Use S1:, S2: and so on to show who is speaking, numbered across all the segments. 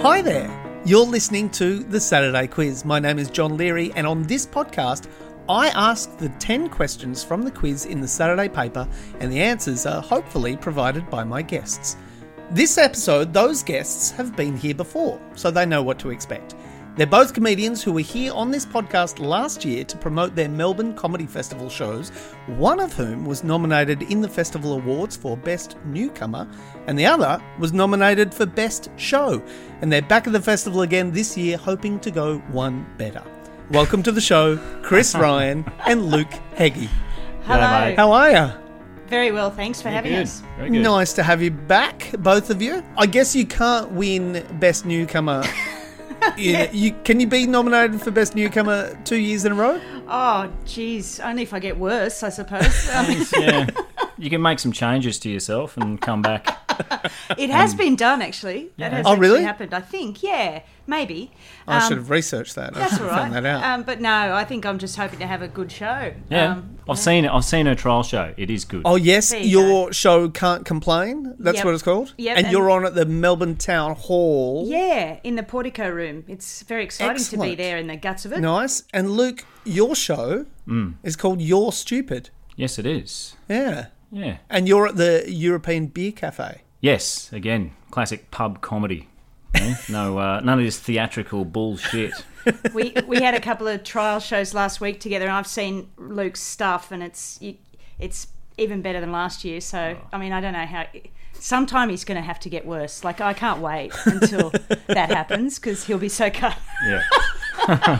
S1: Hi there. You're listening to The Saturday Quiz. My name is John Leary, and on this podcast, I ask the 10 questions from the quiz in the Saturday paper, and the answers are hopefully provided by my guests. This episode, those guests have been here before, so they know what to expect. They're both comedians who were here on this podcast last year to promote their Melbourne Comedy Festival shows, one of whom was nominated in the Festival Awards for Best Newcomer, and the other was nominated for Best Show. And they're back at the festival again this year, hoping to go one better. Welcome to the show, Chris Ryan and Luke Heggie.
S2: Hello.
S3: mate.
S1: How are ya?
S2: Very well, thanks for having
S3: Good.
S2: us.
S3: Very good.
S1: Nice to have you back, both of you. I guess you can't win best newcomer. yeah. you, can you be nominated for best newcomer two years in a row?
S2: Oh, geez, only if I get worse, I suppose. Um, I mean,
S3: yeah. You can make some changes to yourself and come
S1: Um,
S3: back.
S2: it has been done, actually. That has
S1: Mm. Oh, really?
S2: actually happened, I think. Yeah, maybe.
S1: I
S2: Um,
S1: should have researched that. I
S2: That's
S1: should
S2: all
S1: have
S2: right.
S1: found that out.
S2: Um, but no, I think I'm just hoping to have a good show.
S3: Yeah.
S2: Um,
S3: I've seen it. I've seen her trial show. It is good.
S1: oh yes,
S2: There you
S1: your show can't complain. That's
S2: Yep.
S1: what it's called.
S2: Yep,
S1: and,
S2: and-
S1: you're on at the Melbourne Town Hall.
S2: yeah, in the portico room. It's very exciting to be
S1: Excellent.
S2: there in the guts of it.
S1: Nice. And Luke, your show is called You're Stupid.
S3: Yes, it is.
S1: Yeah.
S3: Yeah.
S1: And you're at the European Beer Cafe.
S3: Yes. Again, classic pub comedy. Yeah. No, uh, none of this theatrical bullshit.
S2: we we had a couple of trial shows last week together, and I've seen Luke's stuff, and it's you- it's even better than last year. So
S1: Oh.
S2: I mean, I don't know how. Sometime he's going to have to get worse. Like I can't wait until that happens because he'll be so cut.
S3: Yeah.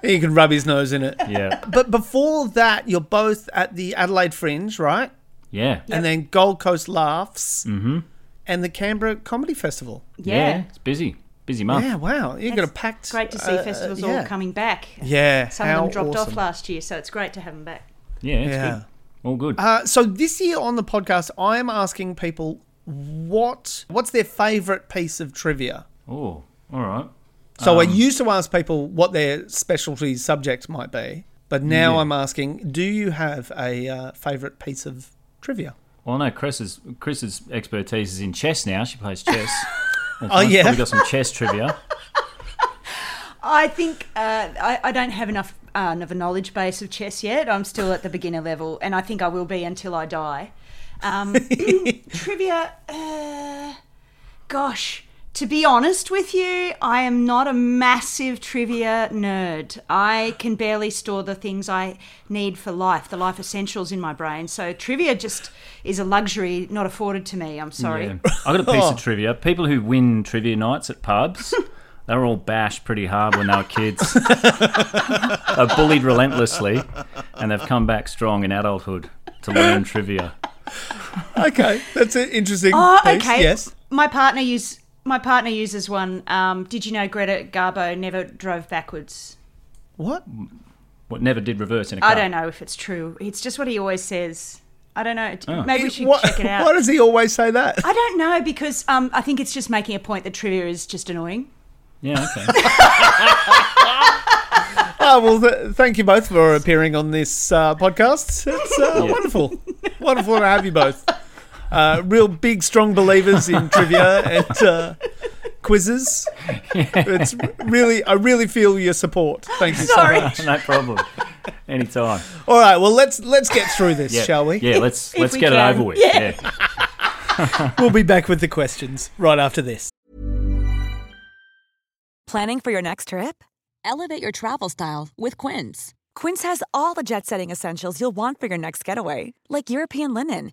S1: He can rub his nose in it.
S3: Yeah.
S1: But before that, you're both at the Adelaide Fringe, right?
S3: Yeah.
S1: And then Gold Coast Laughs
S2: Mm-hmm.
S1: and the Canberra Comedy Festival.
S2: Yeah.
S3: It's busy. Busy month.
S1: Yeah, wow. You've got a
S2: Oh. That's
S1: packed.
S2: Great to see
S1: uh,
S2: festivals
S1: yeah.
S2: all coming back.
S1: Yeah.
S2: Some
S1: how
S2: of them dropped
S1: awesome.
S2: off last year, so it's great to have them back.
S3: Yeah. it's
S1: Yeah.
S3: good. All good.
S1: Uh, so this year on the podcast, I am asking people what what's their favourite piece of trivia.
S3: oh, all right.
S1: So
S2: Um.
S1: I used to ask people what their specialty subject might be, but now I'm asking, do you have a uh, favourite piece of trivia?
S3: Well, no, Chris's Chris's expertise is in chess now. She plays chess.
S1: Oh, yeah.
S3: We got some chess trivia.
S2: I think uh, I, I don't have enough uh, of a knowledge base of chess yet. I'm still at the beginner level, and I think I will be until I die. Um, trivia, uh, gosh, to be honest with you, I am not a massive trivia nerd. I can barely store the things I need for life, the life essentials in my brain. So trivia just is a luxury not afforded to me. I'm sorry.
S3: Yeah. I got a piece
S1: Oh.
S3: of trivia. People who win trivia nights at pubs, they were all bashed pretty hard when they were kids. they bullied relentlessly, and they've come back strong in adulthood to learn trivia.
S1: Okay, that's an interesting
S2: Oh,
S1: piece.
S2: okay.
S1: Yes.
S2: My partner use my partner uses one. Um, did you know Greta Garbo never drove backwards?
S1: What?
S3: What never did reverse in a car.
S1: Ah.
S2: I don't know if it's true. It's just what he always says. I don't know. Maybe we should
S1: Ah. What-
S2: check it out.
S1: Why does he always say that?
S2: I don't know because um, I think it's just making a point that trivia is just annoying.
S3: Yeah, okay.
S1: Oh, well, th- thank you both for appearing on this uh, podcast. It's uh, wonderful. wonderful to have you both. Uh, real big, strong believers in trivia and uh, quizzes. It's really, I really feel your support. Thank you so
S2: Sorry.
S1: much.
S3: no problem. Anytime.
S1: All right, well, let's let's get through this,
S3: Yeah.
S1: shall we?
S3: Yeah, let's
S2: if
S3: let's
S2: we
S3: get
S2: can.
S3: it over with.
S2: Yeah.
S3: yeah.
S1: We'll be back with the questions right after this.
S4: Planning for your next trip? Elevate your travel style with Quince. Quince has all the jet setting essentials you'll want for your next getaway, like European linen,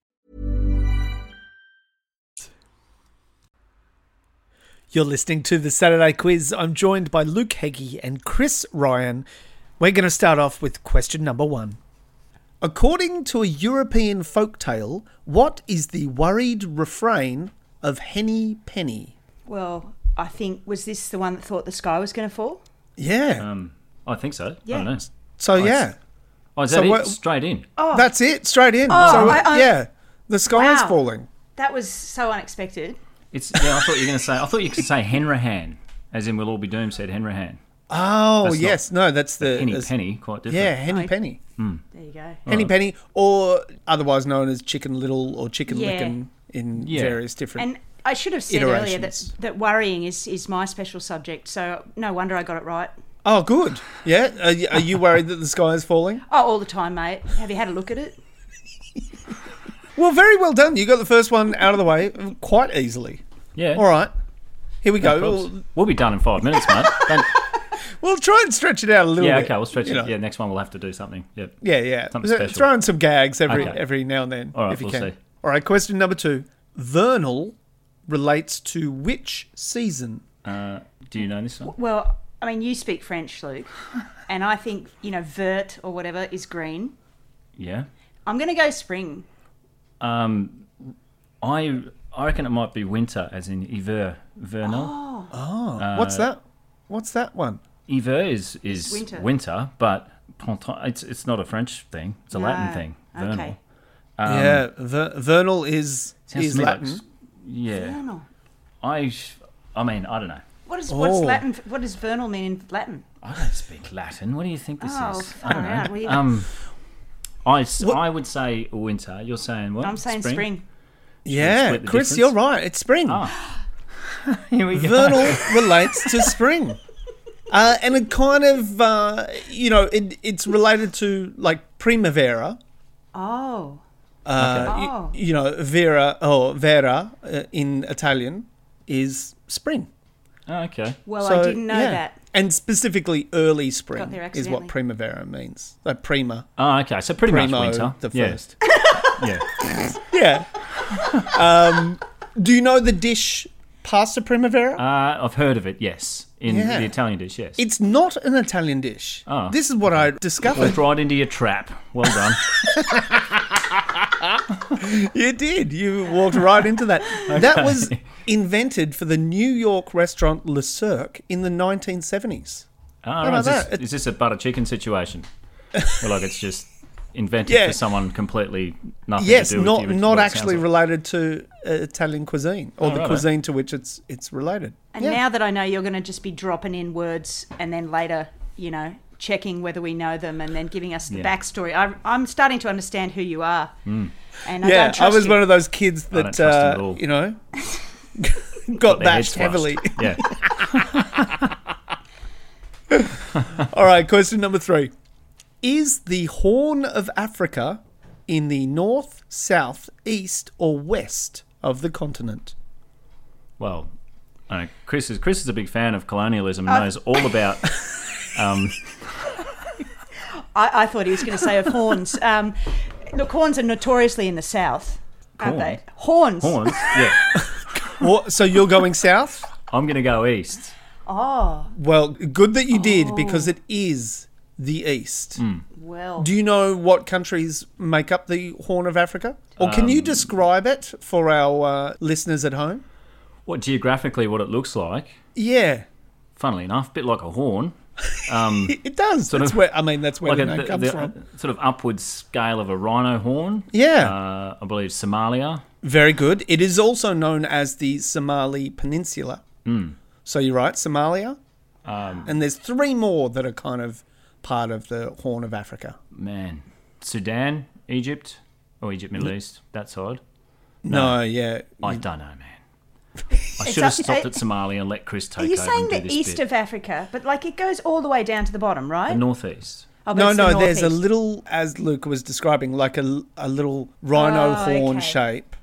S1: You're listening to the Saturday Quiz. I'm joined by Luke Heggie and Chris Ryan. We're going to start off with question number one. According to a European folktale, what is the worried refrain of Henny Penny?
S2: Well, I think was this the one that thought the sky was going to fall?
S1: Yeah.
S3: Um, I think so. I
S2: Yeah.
S3: don't know.
S1: so, yeah.
S3: Oh, is
S1: So
S3: that
S1: what-
S3: it? Straight in.
S2: Oh.
S1: That's it. Straight in. so,
S2: I- I-
S1: yeah. The sky is
S2: Wow.
S1: falling.
S2: That was so unexpected.
S3: It's yeah. I thought you were going to say. I thought you could say Henrahan, as in "We'll all be doomed," said Henrahan.
S1: Oh,
S3: That's not-
S1: yes. No, that's the.
S3: Penny,
S1: that's-
S3: penny, Oh. quite different.
S1: Uh, Yeah, Henny
S2: I-
S1: Penny.
S2: There you go.
S1: Henny Penny, or otherwise known as Chicken Little or Chicken
S2: Yeah.
S1: Licken in
S3: Yeah.
S1: various different.
S2: And I should have said earlier that,
S1: Iterations.
S2: that worrying is, is my special subject, so no wonder I got it right.
S1: Oh, good. Yeah. Are you, are you worried that the sky is falling?
S2: Oh, all the time, mate. Have you had a look at it?
S1: Well, very well done. You got the first one out of the way quite easily.
S3: Yeah.
S1: All right. Here we go.
S3: Props.
S1: We'll,
S3: We'll be done in five minutes, mate. Don't-
S1: we'll try and stretch it out a little
S3: yeah,
S1: bit.
S3: okay, we'll stretch
S1: you
S3: it.
S1: know.
S3: Yeah, next one we'll have to do something. Yep.
S1: Yeah, yeah.
S3: Something
S1: So
S3: special.
S1: Throw in some gags every
S3: Okay.
S1: every now and then
S3: All right,
S1: if you
S3: we'll
S1: can.
S3: see.
S1: All right, question number 2. Vernal relates to which season?
S3: Uh, do you know this one?
S2: Well, I mean, you speak French, Luke, and I think, you know, vert or whatever is green.
S3: Yeah.
S2: I'm going to go spring.
S3: Um, I I reckon it might be winter, as in hiver, vernal. Uh,
S1: What's that? What's that one?
S3: Hiver is is
S2: winter.
S3: winter. but printemps. It's it's not a French thing. It's a Latin
S2: No.
S3: thing. Vernal.
S2: Uh, Okay.
S1: yeah, ver- vernal is
S3: um, Sounds
S1: is
S3: to me like
S1: Latin.
S3: s- yeah.
S2: Vernal.
S3: I I mean I don't know.
S2: What is what's
S1: Oh.
S2: Latin? What does vernal mean in Latin?
S3: I don't speak Latin. What do you think this
S2: Oh,
S3: is?
S2: far
S3: I don't
S2: out.
S3: know.
S2: Well, you-
S3: um, I, s- I would say winter. You're saying what?
S2: I'm saying spring.
S1: yeah,
S3: split the
S1: Chris,
S3: difference? Ah,
S1: you're right. It's spring.
S3: Here we go.
S1: Vernal relates to spring. Uh, and it kind of, uh, you know, it, it's related to like primavera,
S2: Oh,
S1: uh, y-
S2: Oh.
S1: you, know, vera or vera uh, in Italian is spring.
S3: Oh, okay.
S2: well, I
S1: So,
S2: didn't know
S1: yeah.
S2: that.
S1: And specifically, early
S2: Got
S1: spring
S2: there
S1: is
S2: accidentally.
S1: what primavera means. Like prima,
S3: Oh, okay. So pretty
S1: primo,
S3: much winter.
S1: the
S3: yeah.
S1: first.
S3: Yeah.
S1: Yeah. um, do you know the dish pasta primavera?
S3: Uh, I've heard of it. Yes, in
S1: Yeah.
S3: the Italian dish. Yes.
S1: It's not an Italian dish.
S3: Oh.
S1: This is what I
S3: Walked
S1: discovered.
S3: right into your trap. Well done.
S1: you did. You walked right into that. That was invented for the New York restaurant Le Cirque in the 1970s.
S3: Oh,
S1: about
S3: right. is, this,
S1: that?
S3: is this a butter chicken situation? Or like it's just invented
S1: Yeah.
S3: for someone completely nothing
S1: Yes,
S3: to do with
S1: not
S3: you, which is
S1: not
S3: what it sounds
S1: actually
S3: like.
S1: related to uh, Italian cuisine or
S3: Oh,
S1: the
S3: righto.
S1: cuisine to which it's it's related.
S2: And
S1: Yeah.
S2: now that I know you're going to just be dropping in words and then later, you know, checking whether we know them and then giving us the
S3: Yeah. Hmm.
S2: backstory, I, I'm starting to understand who you are. And
S1: yeah,
S2: I don't trust
S1: I was
S2: you.
S1: one of those kids that
S3: don't trust him at
S1: uh,
S3: all.
S1: you know got
S3: Their heads
S1: bashed heavily.
S3: thrust. Yeah.
S1: All right, question number three. Is the Horn of Africa in the north, south, east, or west of the continent?
S3: Well, I know, Chris is Chris is a big fan of colonialism.
S1: Uh.
S3: and knows all about. Um,
S2: I, I thought he was going to say of horns. Um, look, horns are notoriously in the south, aren't
S3: Corn?
S2: they? Horns.
S3: horns. Yeah.
S1: What, so you're going south?
S3: I'm gonna go east.
S2: Oh,
S1: Well, good that you did because it is the east.
S3: Hmm.
S2: well.
S1: Do you know what countries make up the Horn of Africa? Or can
S3: Um,
S1: you describe it for our uh, listeners at home?
S3: What geographically what it looks like?
S1: Yeah,
S3: Funnily enough, a bit like a horn,
S1: it, it does.
S3: Sort
S1: that's
S3: of-
S1: where I mean that's where
S3: like
S1: the
S3: a,
S1: name
S3: the,
S1: comes
S3: the- uh,
S1: from.
S3: sort of upward scale of a rhino horn.
S1: Yeah.
S3: Uh, I believe Somalia.
S1: Very good. It is also known as the Somali Peninsula.
S3: Hmm.
S1: So you're right, Somalia.
S3: Um,
S1: and there's three more that are kind of part of the Horn of Africa.
S3: Man, Sudan, Egypt, or Egypt, Middle East, that side.
S1: No, yeah.
S3: I
S2: Mm.
S3: don't know, man. I should have
S2: up-
S3: stopped
S2: uh,
S3: at Somalia and let Chris take
S2: Are you
S3: over
S2: saying
S3: and do
S2: the
S3: this
S2: east
S3: bit.
S2: of Africa? But like it goes all the way down to the bottom, right?
S3: the northeast?
S2: Oh, but
S1: No,
S2: it's the
S1: no, there's a
S2: northeast.
S1: little, as Luke was describing, like a, a little rhino
S2: Oh,
S1: horn
S2: okay. Mm.
S1: shape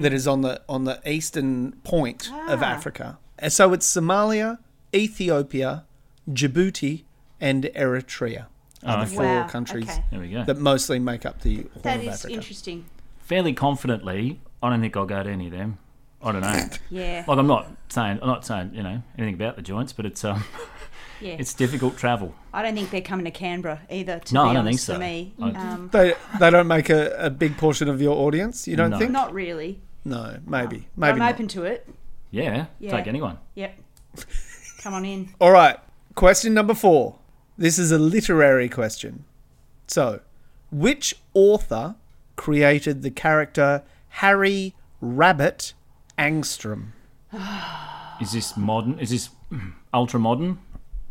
S1: that is on the on the eastern point of
S2: Ah.
S1: Africa. Uh, So it's Somalia, Ethiopia, Djibouti, and Eritrea are the four
S2: Wow,
S1: countries
S2: okay.
S3: There we go.
S1: that mostly make up the Horn
S2: That
S1: of
S2: is
S1: Africa.
S2: interesting.
S3: Fairly confidently, I don't think I'll go to any of them. I don't know.
S2: Yeah.
S3: like I'm not saying I'm not saying you know anything about the joints, but it's um
S2: yeah.
S3: it's difficult travel.
S2: I don't think they're coming to Canberra either, to
S3: No,
S2: be
S3: I don't think
S2: honest,
S3: so.
S2: to me.
S3: I-
S2: Um,
S1: They, they don't make a, a big portion of your audience, you don't
S3: No.
S1: think?
S2: not really.
S1: No, maybe.
S2: But
S1: Maybe
S2: I'm
S1: not.
S2: open to it.
S3: Yeah,
S2: Yeah.
S3: take anyone.
S2: Yep. Come on in.
S1: All right. Question number four. This is a literary question. So, which author created the character Harry Rabbit Angstrom?
S3: Is this modern? Is this ultra modern?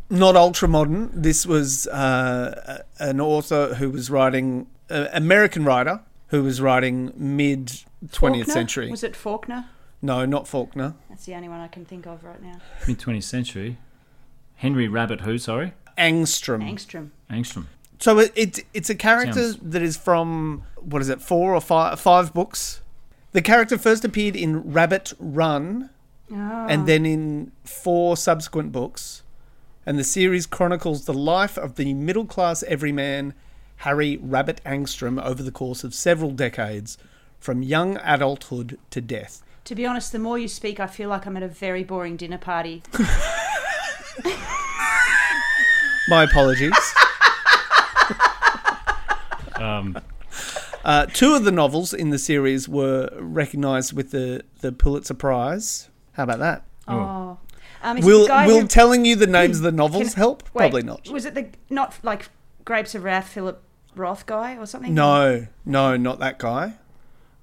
S1: Not ultra modern. This was uh, a- an author who was writing, uh, American writer who was writing mid 20th
S2: Faulkner?
S1: century.
S2: Was it Faulkner?
S1: No, not Faulkner.
S2: That's the only one I can think of right now.
S3: Mid 20th century. Henry Rabbit, who? Sorry,
S1: Angstrom.
S2: Angstrom.
S3: Angstrom.
S1: So it, it it's a character
S3: Sounds-
S1: that is from what is it four or five five books. The character first appeared in Rabbit Run, and then in four subsequent books, and the series chronicles the life of the middle class everyman Harry Rabbit Angstrom over the course of several decades, from young adulthood to death.
S2: To be honest, the more you speak, I feel like I'm at a very boring dinner party.
S1: My apologies. uh, two of the novels in the series were recognised with the, the Pulitzer Prize. How about that?
S2: Oh. Um, is it
S1: Will
S2: the guy
S1: will
S2: who-
S1: telling you the names of the novels
S2: Can-
S1: help?
S2: wait,
S1: Probably not.
S2: Was it the not like Grapes of Wrath, Philip Roth guy or something?
S1: No, no, not that guy.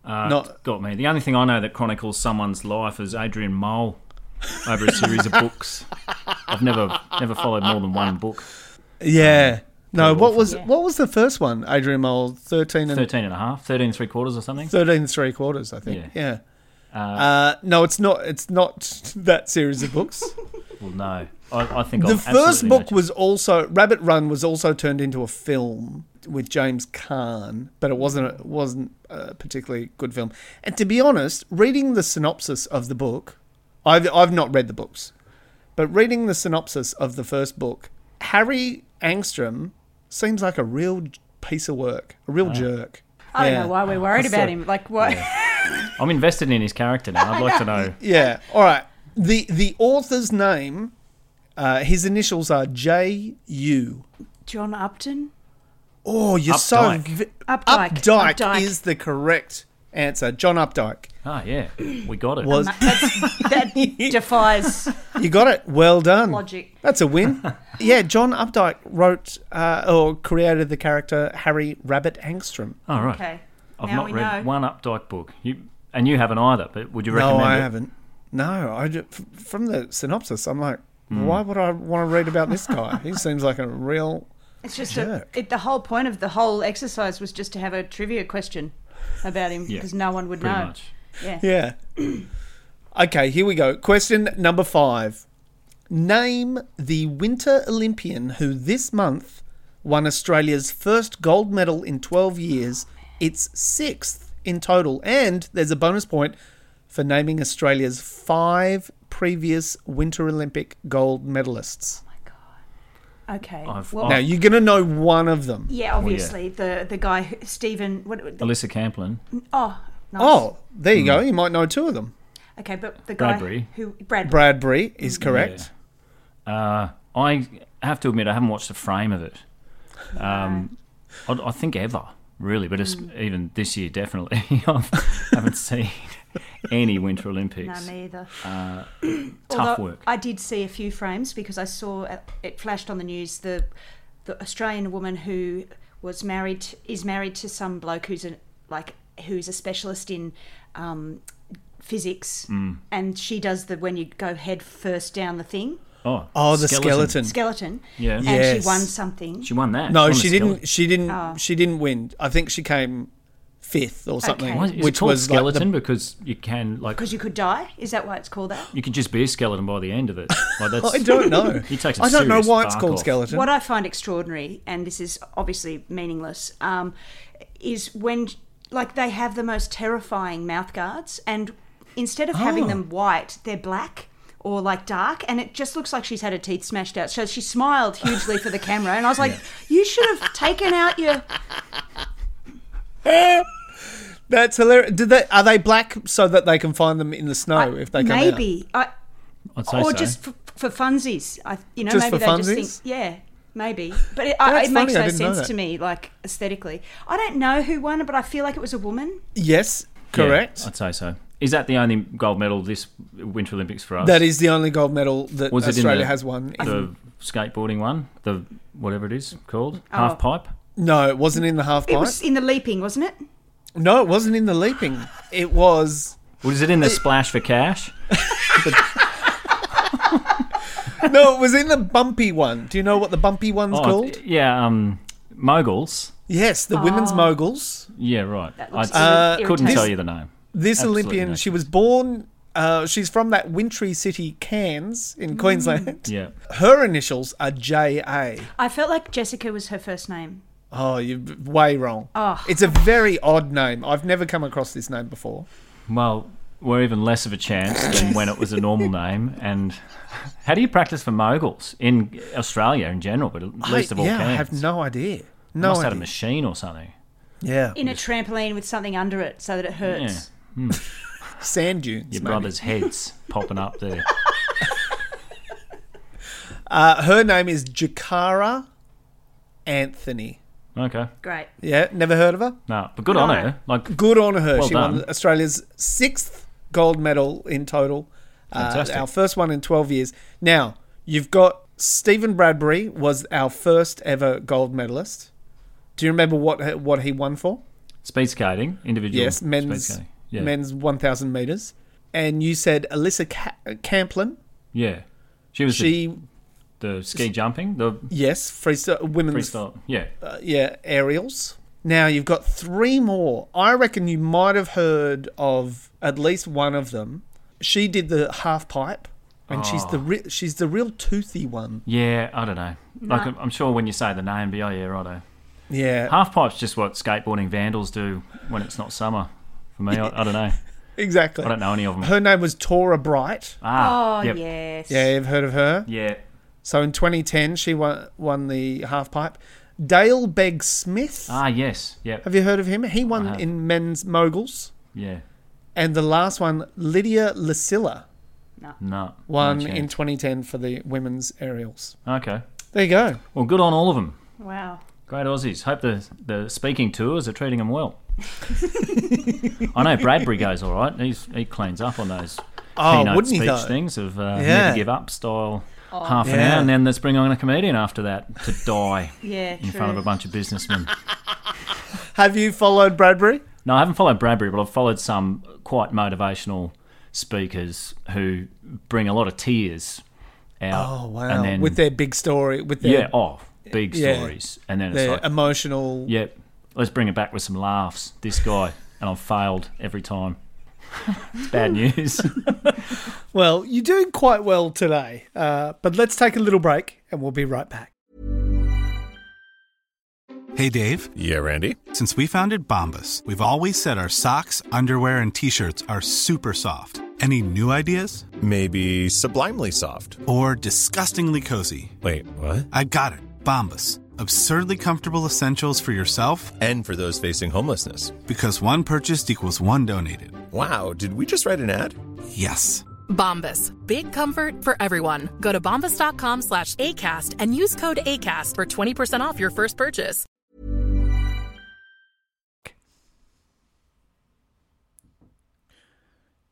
S3: Uh,
S1: Not-
S3: got me. The only thing I know that chronicles someone's life is Adrian Mole over a series of books. I've never never followed more than one book.
S1: Yeah. No,
S3: Paul
S1: what was
S2: Yeah.
S1: what was the first one? Adrian Mole, thirteen and
S3: 13 and a half, 13 and three quarters or something.
S1: thirteen and three quarters, I think. Yeah.
S3: Uh,
S1: Uh, no, it's not. It's not that series of books.
S3: well, no. I, I think
S1: The
S3: I'm
S1: first
S3: absolutely
S1: book
S3: matching-
S1: was also Rabbit Run was also turned into a film with James Caan, but it wasn't it wasn't a particularly good film. And to be honest, reading the synopsis of the book, I've I've not read the books, but reading the synopsis of the first book, Harry Angstrom seems like a real j- piece of work, a real jerk.
S2: I don't
S1: Yeah.
S2: know why we're worried
S1: That's
S2: about
S1: the-
S2: him. Like what?
S3: I'm invested in his character now. I'd like to know.
S1: Yeah. All right. The the author's name, uh, his initials are J U.
S2: John Upton.
S1: Oh, you're
S3: Updike.
S1: so vi-
S2: Updike.
S1: Updike.
S2: Updike.
S1: is the correct answer. John Updike
S3: Ah, yeah. We got it.
S1: was.
S2: That defies
S1: you got it. Well done.
S2: logic.
S1: That's a win. yeah, John Updike wrote uh, or created the character Harry Rabbit Angstrom.
S3: All right.
S2: Okay.
S3: I've
S2: now
S3: not
S2: we know.
S3: read one Updike book. You and you haven't either. But would you
S1: No,
S3: recommend
S1: I
S3: it?
S1: haven't. No, I ju- f- from the synopsis, I'm like,
S3: Hmm.
S1: why would I want to read about this guy? he seems like a real.
S2: It's just a,
S1: Jerk.
S2: it, the whole point of the whole exercise was just to have a trivia question about him
S3: Yeah,
S2: because no one would
S3: Pretty
S2: know.
S3: much.
S1: Yeah. okay, here we go. Question number five. Name the Winter Olympian who this month won Australia's first gold medal in 12 years. It's sixth in total. And there's a bonus point for naming Australia's five previous Winter Olympic gold medalists.
S2: Okay.
S3: I've-
S2: well,
S1: Now, you're going to know one of them.
S2: yeah, obviously the the guy who- Stephen. What? The,
S3: Alyssa Camplin.
S2: oh, nice.
S1: Oh, there you go. You might know two of them.
S2: Okay, but the guy
S3: Bradbury.
S2: who Brad.
S1: Bradbury is correct.
S3: Uh, I have to admit, I haven't watched the frame of it. Um, I, I think ever really, but it's,
S2: Mm.
S3: even this year definitely, I haven't seen any Winter
S2: no,
S3: Olympics.
S2: me either.
S3: Tough
S2: Although
S3: work.
S2: I did see a few frames because I saw uh, it flashed on the news the the Australian woman who was married is married to some bloke who's a like who's a specialist in um, physics,
S3: Mm.
S2: and she does the when you go head first down the thing
S3: Oh,
S1: Oh, the skeleton.
S2: skeleton.
S3: Yeah.
S2: and
S1: Yes.
S2: she won something.
S3: She won that.
S1: No,
S3: on the
S1: she didn't.
S3: skeleton.
S1: She didn't.
S2: Oh.
S1: She didn't win. I think she came fifth or something,
S2: Okay.
S3: Why is it
S1: which
S3: called
S1: was like
S3: skeleton
S1: the,
S3: because you can like
S2: because you could die. Is that why it's called that?
S3: you could just be a skeleton by the end of it. Like that's
S1: I don't know.
S3: He takes a
S1: I don't know
S3: serious
S1: why it's
S3: bark
S1: called
S3: off.
S1: skeleton.
S2: What I find extraordinary, and this is obviously meaningless, um, is when like they
S1: Oh.
S2: have the most terrifying mouth guards, and instead of having them white, they're black or like dark, and it just looks like she's had her teeth smashed out. So she smiled hugely for the camera, and I was like, "You should have taken out your."
S1: That's hilarious. Did they are they black so that they can find them in the snow if they come out?
S2: maybe I,
S3: I'd say
S2: or
S3: so.
S2: just for, for funsies. I, you know,
S1: Just
S2: maybe
S1: for
S2: they
S1: funsies?
S2: just think, yeah, maybe. But it, I,
S1: That's
S2: it makes
S1: funny, I
S2: no
S1: didn't know
S2: sense to
S1: that.
S2: me, like aesthetically. I don't know who won it, but I feel like it was a woman.
S1: Yes,
S3: Yeah,
S1: correct.
S3: I'd say so. Is that the only gold medal this Winter Olympics for us?
S1: That is the only gold medal that
S3: Was it in
S1: Australia
S3: the-
S1: has won. in-
S3: the skateboarding one, the whatever it is called,
S2: Oh.
S3: half pipe.
S1: no, it wasn't in the half
S2: It
S1: pipe.
S2: was in the leaping, wasn't it?
S1: No, it wasn't in the leaping. It was
S3: Was it in the splash for cash?
S1: no, it was in the bumpy one. Do you know what the bumpy one's
S3: Oh,
S1: called?
S3: yeah, um, moguls.
S1: Yes, the women's
S2: Oh.
S1: moguls.
S3: Yeah, right.
S2: That
S3: I
S2: looks
S1: Uh,
S2: irri-
S3: couldn't
S2: irritating.
S3: tell you the name.
S1: This
S3: Absolutely
S1: Olympian,
S3: no
S1: she was born. Uh, she's from that wintry city, Cairns, in Queensland.
S3: Yeah,
S1: Her initials are J.A.
S2: I felt like Jessica was her first name.
S1: Oh, you're way wrong. It's a very odd name. I've never come across this name before.
S3: well, we're even less of a chance than when it was a normal name. And how do you practice for moguls in Australia in general, but at least
S1: I,
S3: of all,
S1: yeah,
S3: Cairns?
S1: I have no idea. No
S3: must have had a
S1: idea.
S3: machine or something.
S1: yeah,
S2: In a trampoline with something under it so that it
S3: Yeah,
S2: hurts.
S1: sand dunes.
S3: your
S1: maybe.
S3: brother's heads popping up there.
S1: Uh, her name is Jakara Anthony.
S3: Okay,
S2: Great.
S1: Yeah, never heard of her.
S3: no, but good on
S2: No.
S3: her. Like
S1: Good on her.
S3: Well
S1: she won
S3: done.
S1: Australia's sixth gold medal in total. Uh,
S3: Fantastic.
S1: our first one in 12 years. Now, you've got Stephen Bradbury was our first ever gold medalist. Do you remember what what he won for?
S3: speed skating, individual.
S1: Yes, men's
S3: speed skating. Yeah,
S1: men's 1,000 meters. And you said Alyssa Ca- Camplin.
S3: yeah. She was the
S1: She,
S3: the ski jumping, the
S1: yes, freestyle women's
S3: freestyle. Yeah,
S1: uh, yeah, aerials. Now you've got three more. I reckon you might have heard of at least one of them. She did the half pipe, and she's
S3: Ah.
S1: the re- she's the real toothy one.
S3: yeah. I don't know. Like I'm- I'm sure when you say the name, be oh yeah, righto.
S1: Yeah,
S3: Half pipe's just what skateboarding vandals do when it's not summer. For me, I, I don't know.
S1: exactly.
S3: I don't know any of them.
S1: Her name was Tora Bright.
S3: Ah,
S2: Oh,
S3: yep.
S2: yes.
S1: Yeah, you've heard of her.
S3: yeah.
S1: So in 2010, she won won the half pipe. Dale Begg Smith.
S3: Ah, yes, yep,
S1: Have you heard of him? He won
S3: have.
S1: in men's moguls.
S3: yeah.
S1: And the last one, Lydia Lucilla,
S3: No,
S1: won
S3: no
S1: in
S3: chance.
S1: 2010 for the women's aerials.
S3: okay.
S1: There you go.
S3: Well, good on all of them.
S2: Wow.
S3: Great Aussies. Hope the the speaking tours are treating them well. I know Bradbury goes all right. He's, he cleans up on those
S1: Oh,
S3: keynote
S1: wouldn't he
S3: speech
S1: though?
S3: things of uh,
S1: Yeah.
S3: never give up style.
S2: Oh.
S3: Half an
S1: Yeah.
S3: hour, and then let's bring on a comedian after that to die
S2: Yeah.
S3: in
S2: true.
S3: front of a bunch of businessmen.
S1: Have you followed Bradbury?
S3: No, I haven't followed Bradbury, but I've followed some quite motivational speakers who bring a lot of tears out.
S1: Oh wow!
S3: And then,
S1: with their big story, with their
S3: yeah, oh, big
S1: Yeah.
S3: stories, and then it's
S1: their
S3: like,
S1: emotional.
S3: yep, let's bring it back with some laughs. This guy, and I've failed every time. It's bad news.
S1: Well, you're doing quite well today, uh, but let's take a little break, and we'll be right back.
S5: Hey Dave,
S6: Yeah, Randy.
S5: since we founded Bombus, we've always said our socks, underwear, and t shirts are super soft. Any new ideas?
S6: Maybe sublimely soft.
S5: Or disgustingly cozy?
S6: Wait, what?
S5: I got it, Bombus. Absurdly comfortable essentials for yourself
S6: And for those facing homelessness.
S5: because one purchased equals one donated.
S6: Wow, did we just write an ad?
S5: Yes.
S7: Bombas. Big comfort for everyone. Go to bombas.com slash ACAST and use code ACAST for 20% off your first purchase.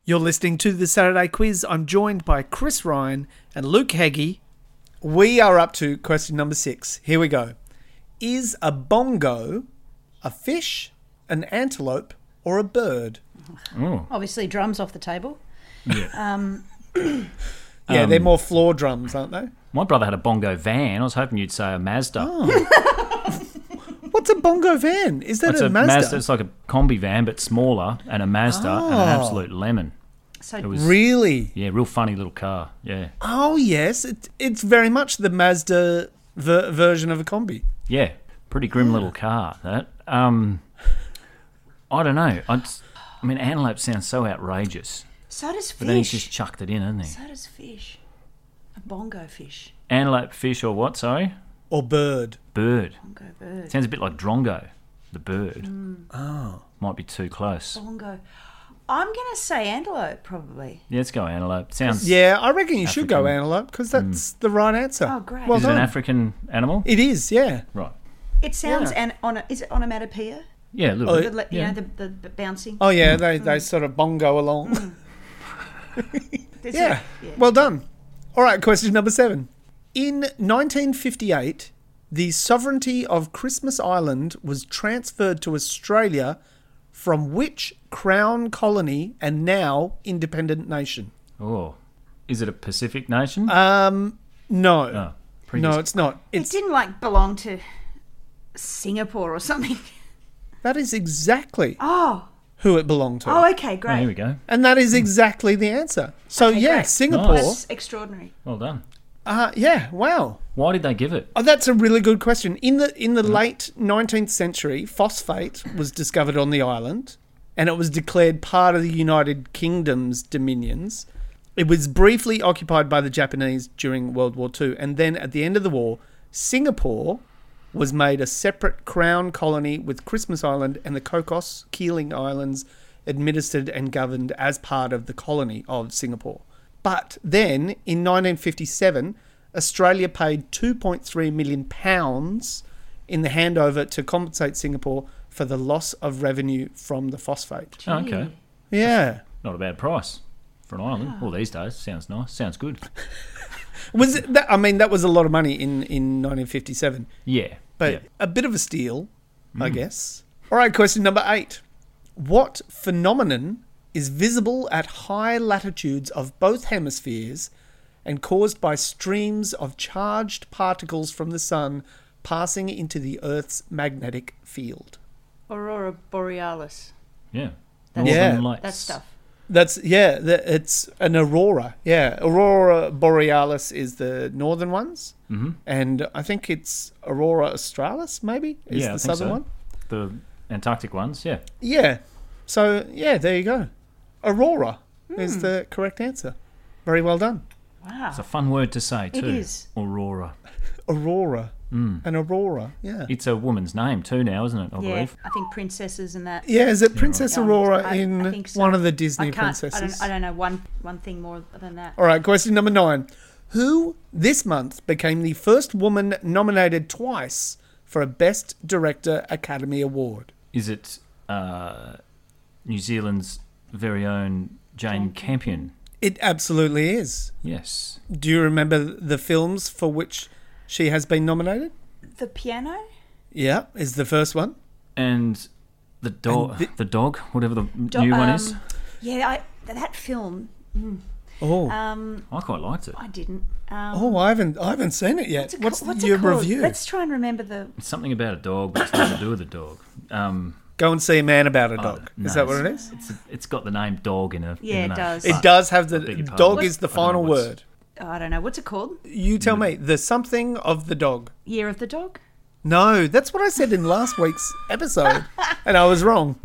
S1: You're listening to the Saturday Quiz. I'm joined by Chris Ryan and Luke Haggie. We are up to question number six. Here we go. Is a bongo a fish, an antelope, or a bird?
S2: Obviously, drums off the table. Um,
S3: Um,
S1: Yeah, they're more floor drums, aren't they?
S3: My brother had a bongo van. I was hoping you'd say a Mazda.
S1: Oh, What's a bongo van? Is that
S3: it's
S1: a,
S3: a
S1: Mazda?
S3: It's like a combi van, but smaller, and a Mazda, and an absolute lemon.
S2: So
S3: It was
S1: Really?
S3: yeah, real funny little car. Yeah,
S1: Oh yes, it, it's very much the Mazda ver- version of a combi.
S3: yeah, pretty grim little car. That. Um, I don't know. I, just- I mean, antelope sounds so outrageous.
S2: So does fish.
S3: But then he's just chucked it in, hasn't he?
S2: so does fish. A bongo fish.
S3: Antelope, fish, or what? Sorry,
S1: Or bird.
S3: bird.
S2: Bongo bird.
S3: Sounds a bit like drongo, the bird.
S2: Mm.
S3: Oh, might be too close.
S2: Bongo. I'm going to say antelope, probably.
S3: Yeah, let's go antelope. Sounds.
S1: Yeah, I reckon you should go
S3: African.
S1: antelope because that's the right answer.
S2: Oh, great.
S1: Well
S3: Is it an
S1: done.
S3: African animal?
S1: it is, yeah.
S3: Right.
S2: It sounds,
S1: Yeah.
S2: an, on is it onomatopoeia?
S3: Yeah, a little
S1: Oh,
S2: The,
S3: bit.
S2: le- you
S3: yeah.
S2: know, the, the, the bouncing.
S1: Oh, yeah, they,
S2: Mm.
S1: they sort of bongo along.
S2: There's a-
S1: Yeah. Well done. All right, question number seven. In 1958, the sovereignty of Christmas Island was transferred to Australia from which crown colony and now independent nation?
S3: Oh, is it a Pacific nation? Oh,
S1: No.
S3: No. Previous-
S1: Uh, no, it's not.
S2: it
S1: It's
S2: didn't like belong to Singapore or something.
S1: that is exactly
S2: Oh,
S1: who it belonged to.
S2: oh, okay,
S3: Oh, here
S2: great.
S3: we go.
S1: and that is exactly the answer. So yeah,
S2: great.
S1: Singapore.
S2: That's extraordinary.
S3: Well done.
S1: Uh, yeah, wow.
S3: Why did they give it?
S1: Oh, that's a really good question. In the in the late 19th century, phosphate was discovered on the island, and it was declared part of the United Kingdom's dominions. It was briefly occupied by the Japanese during World War II, and then at the end of the war, Singapore was made a separate crown colony with Christmas Island and the Cocos Keeling Islands administered and governed as part of the colony of Singapore. But then in 1957, Australia paid 2.3 million pounds in the handover to compensate Singapore for the loss of revenue from the phosphate.
S3: Oh, okay.
S1: Yeah.
S3: Not a bad price for an island. Well, these days sounds nice. Sounds good.
S1: Was it that I mean that was a lot of money in in 1957.
S3: Yeah.
S1: but
S3: yeah. Hmm.
S1: a bit of a steal, I guess. All right, question number eight. What phenomenon is visible at high latitudes of both hemispheres and caused by streams of charged particles from the sun passing into the Earth's magnetic field?
S2: Aurora borealis.
S3: yeah.
S2: That's-
S1: Yeah.
S3: Northern Lights.
S2: That stuff.
S1: That's, yeah, the, it's an aurora. Yeah, aurora borealis is the northern ones. Mm-hmm. And I think it's aurora australis, maybe, is
S3: yeah, I
S1: the
S3: think
S1: southern
S3: so.
S1: one.
S3: The Antarctic ones. Yeah.
S1: Yeah. So yeah, there you go. Aurora
S2: Hmm.
S1: is the correct answer. Very well done.
S2: Wow.
S3: It's a fun word to say too.
S2: is.
S3: Aurora.
S1: Aurora. An aurora. Yeah.
S3: It's a woman's name too now, isn't it? I
S2: yeah,
S3: believe.
S2: I think princesses and that.
S1: yeah, is it Princess
S2: Um,
S1: Aurora
S2: I- I
S1: in
S2: think so.
S1: one of the
S2: I
S1: Disney
S2: can't-
S1: princesses?
S2: I don't, I don't know one one thing more than that.
S1: All right, question number nine. Who this month became the first woman nominated twice for a Best Director Academy Award?
S3: Is it uh, New Zealand's very own Jane Campion?
S1: It absolutely is.
S3: Yes.
S1: Do you remember the films for which she has been nominated?
S2: The piano?
S1: Yeah, is the first one.
S3: And the dog.
S1: thi-
S3: the dog. Whatever the new one is.
S2: um, Yeah, I, th- that film
S1: Oh.
S3: I quite liked it.
S2: I didn't. Um,
S1: Oh, I haven't, I haven't seen it yet.
S2: what's it
S1: what's
S2: ca- what's it
S1: your
S2: called?
S1: review?
S2: Let's try and remember the.
S3: It's something about a dog, but it's nothing to do with a dog. Um,
S1: Go and see a man about a dog.
S3: no,
S1: is that what it
S3: it's-
S1: is?
S3: Oh, It's, it's got the name dog in it.
S2: Yeah, it does.
S1: It does have the
S3: I beg your pardon.
S1: dog is the
S3: I don't know
S1: final
S3: what's-
S1: word.
S2: Oh, I don't know what's it called.
S1: You tell me the something of the dog.
S2: Year of the Dog.
S1: No, that's what I said in last week's episode, and I was wrong.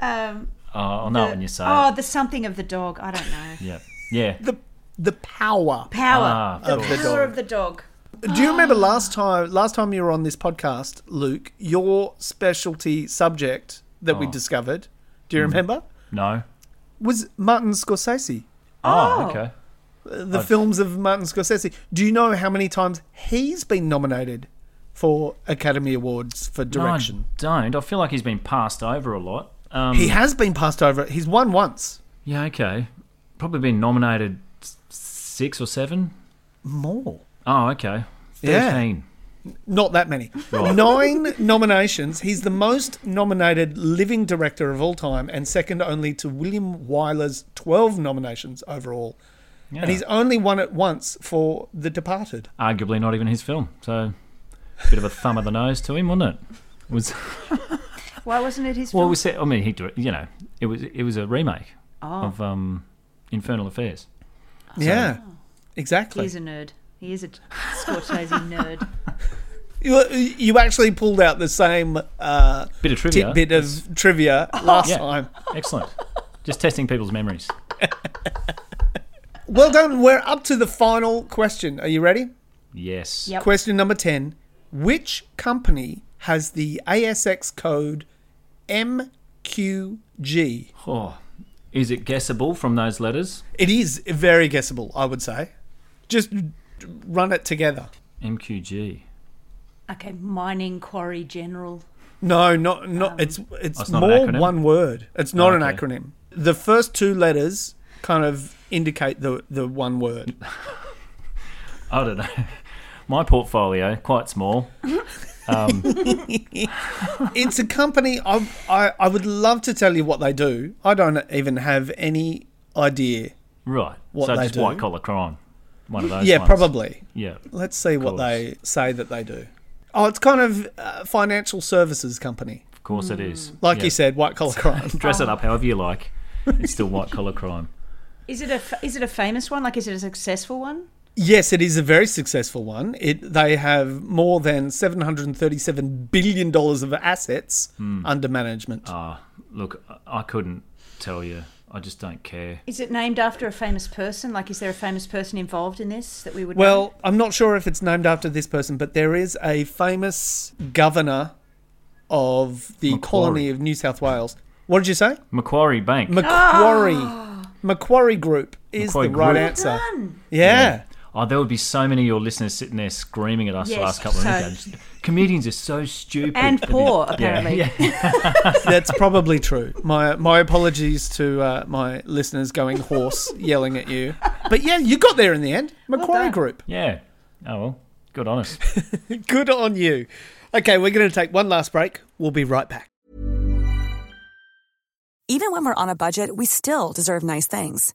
S2: Um,
S3: Oh, I'll know when you say
S2: oh,
S3: it.
S2: the something of the dog. I don't know.
S3: Yeah. Yeah.
S1: The the power.
S2: Power.
S3: Ah,
S2: the
S1: of the
S2: power Oh.
S1: dog.
S2: of the dog.
S1: Do you remember last time? Last time you were on this podcast, Luke, your specialty subject that
S3: Oh.
S1: we discovered. Do
S3: Mm.
S1: you remember?
S3: No.
S1: Was Martin Scorsese.
S3: Oh, okay.
S1: the films of Martin Scorsese. Do you know how many times he's been nominated for Academy Awards for
S3: No, I
S1: direction?
S3: don't. I feel like he's been passed over a lot. Um,
S1: He has been passed over. He's won once.
S3: yeah, okay. Probably been nominated s- six or seven.
S1: More.
S3: Oh, okay.
S1: Yeah.
S3: 13.
S1: Not that many. Nine nominations. He's the most nominated living director of all time and second only to William Wyler's 12 nominations overall. And he's only won it once for The Departed.
S3: Arguably not even his film. So, bit of a thumb of the nose to him, wasn't it? It was
S2: Why wasn't it his
S3: well,
S2: film?
S3: it was set, I mean, he dir- you know, it was it was a remake of um, Infernal Affairs.
S1: Yeah.
S2: he
S1: Exactly.
S2: is a nerd. He is a Scorsese nerd.
S1: You, you actually pulled out the same uh,
S3: Bit of trivia.
S1: tidbit of trivia last
S3: Oh, Yeah.
S1: time.
S3: Excellent. Just testing people's memories.
S1: Well done. We're up to the final question. Are you ready?
S3: Yes.
S2: Yep.
S1: Question number 10 Which company has the ASX code MQG?
S3: Oh, is it guessable from those letters?
S1: It is very guessable, I would say. Just run it together.
S3: MQG.
S2: Okay, mining quarry general.
S1: No, not not. it's it's
S3: Um, oh, it's not
S1: more
S3: an acronym? Oh,
S1: one word. It's not an
S3: okay.
S1: acronym. The first two letters kind of indicate the the one word.
S3: I don't know. My portfolio quite small.
S1: it's a company. I, I I would love to tell you what they do. I don't even have any idea.
S3: Right.
S1: What
S3: so
S1: they
S3: just
S1: do.
S3: white collar crime. One of those.
S1: yeah,
S3: ones.
S1: probably.
S3: Yeah.
S1: Let's see what
S3: course.
S1: they say that they do. Oh, it's kind of a financial services company.
S3: Of course it is.
S1: Like
S3: Yeah.
S1: you said, white collar crime.
S3: Dress it up however you like. It's still white collar crime.
S2: Is it a f- is it a famous one? Like, is it a successful one?
S1: yes, it is a very successful one. It they have more than seven hundred and thirty seven billion dollars of assets
S3: Hmm.
S1: under management.
S3: Look, I I couldn't tell you. I just don't care.
S2: Is it named after a famous person? Like, is there a famous person involved in this that we would? know?
S1: Well, I'm not sure if it's named after this person, but there is a famous governor of the colony of New South Wales. What did you say?
S3: Macquarie Bank.
S1: Macquarie. Macquarie Group is
S3: Macquarie
S1: the right
S3: Group.
S1: answer. Yeah.
S3: oh, there would be so many of your listeners sitting there screaming at us
S2: Yes,
S3: the last couple of
S2: so-
S3: minutes. going, Comedians are so stupid.
S2: and
S3: But
S2: poor
S3: the- yeah,
S2: apparently.
S3: yeah.
S1: that's probably true. My my apologies to uh, my listeners going hoarse yelling at you. But yeah, you got there in the end. Macquarie
S2: done.
S1: Group.
S3: Yeah. Oh well. Good on us.
S1: Good on you. Okay, we're going to take one last break. We'll be right back.
S4: Even when we're on a budget, we still deserve nice things.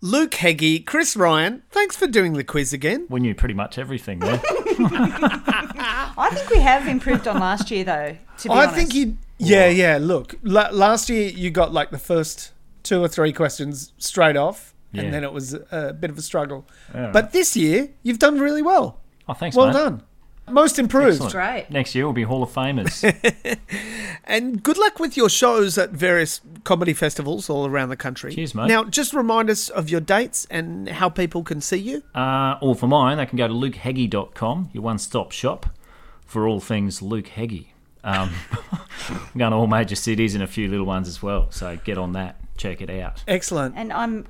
S1: Luke Heggie, Chris Ryan, thanks for doing the quiz again.
S3: We knew pretty much everything there.
S2: I think we have improved on last year, though. To be
S1: I
S2: honest.
S1: think you. Yeah, yeah. Look, la- last year you got like the first two or three questions straight off,
S3: Yeah.
S1: and then it was a, a bit of a struggle.
S3: Yeah.
S1: But this year you've done really well.
S3: Oh, thanks,
S1: well
S3: mate.
S1: done. Most improved.
S3: Excellent.
S2: Great.
S3: Next year we'll be Hall of Famers.
S1: And good luck with your shows at various comedy festivals all around the country.
S3: Cheers, mate.
S1: Now, just remind us of your dates and how people can see you.
S3: Uh, or for mine, they can go to lukeheggie.com, your one stop shop for all things Luke Heggie. Um, I'm going to all major cities and a few little ones as well. So get on that, check it out.
S1: Excellent.
S2: And I'm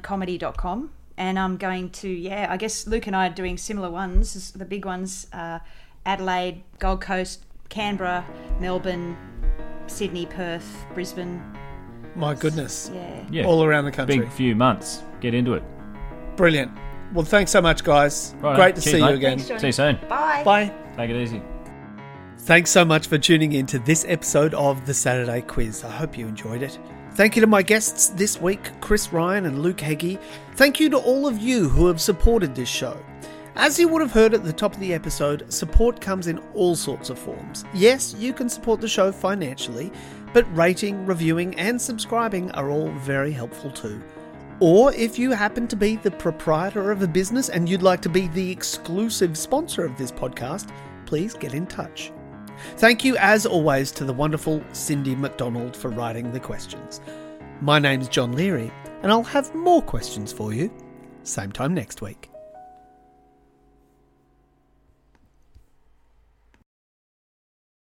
S2: chrisryancomedy.com. And I'm going to, yeah, I guess Luke and I are doing similar ones. The big ones uh, Adelaide, Gold Coast, Canberra, Melbourne, Sydney, Perth, Brisbane.
S1: My goodness.
S2: Yeah.
S3: Yeah,
S1: All around the country.
S3: big few months. Get into it.
S1: Brilliant. Well, thanks so much, guys.
S3: Righto.
S1: Great to
S3: Cheers,
S1: see you
S3: mate.
S1: again.
S2: Thanks, Johnny.
S3: See you soon.
S2: Bye.
S1: Bye.
S3: Take it easy.
S1: Thanks so much for tuning in to this episode of The Saturday Quiz. I hope you enjoyed it. Thank you to my guests this week, Chris Ryan and Luke Heggie. Thank you to all of you who have supported this show. As you would have heard at the top of the episode, support comes in all sorts of forms. Yes, you can support the show financially, but rating, reviewing, and subscribing are all very helpful too. Or if you happen to be the proprietor of a business and you'd like to be the exclusive sponsor of this podcast, please get in touch. Thank you, as always, to the wonderful Cindy McDonald for writing the questions. My name's John Leary, and I'll have more questions for you same time next week.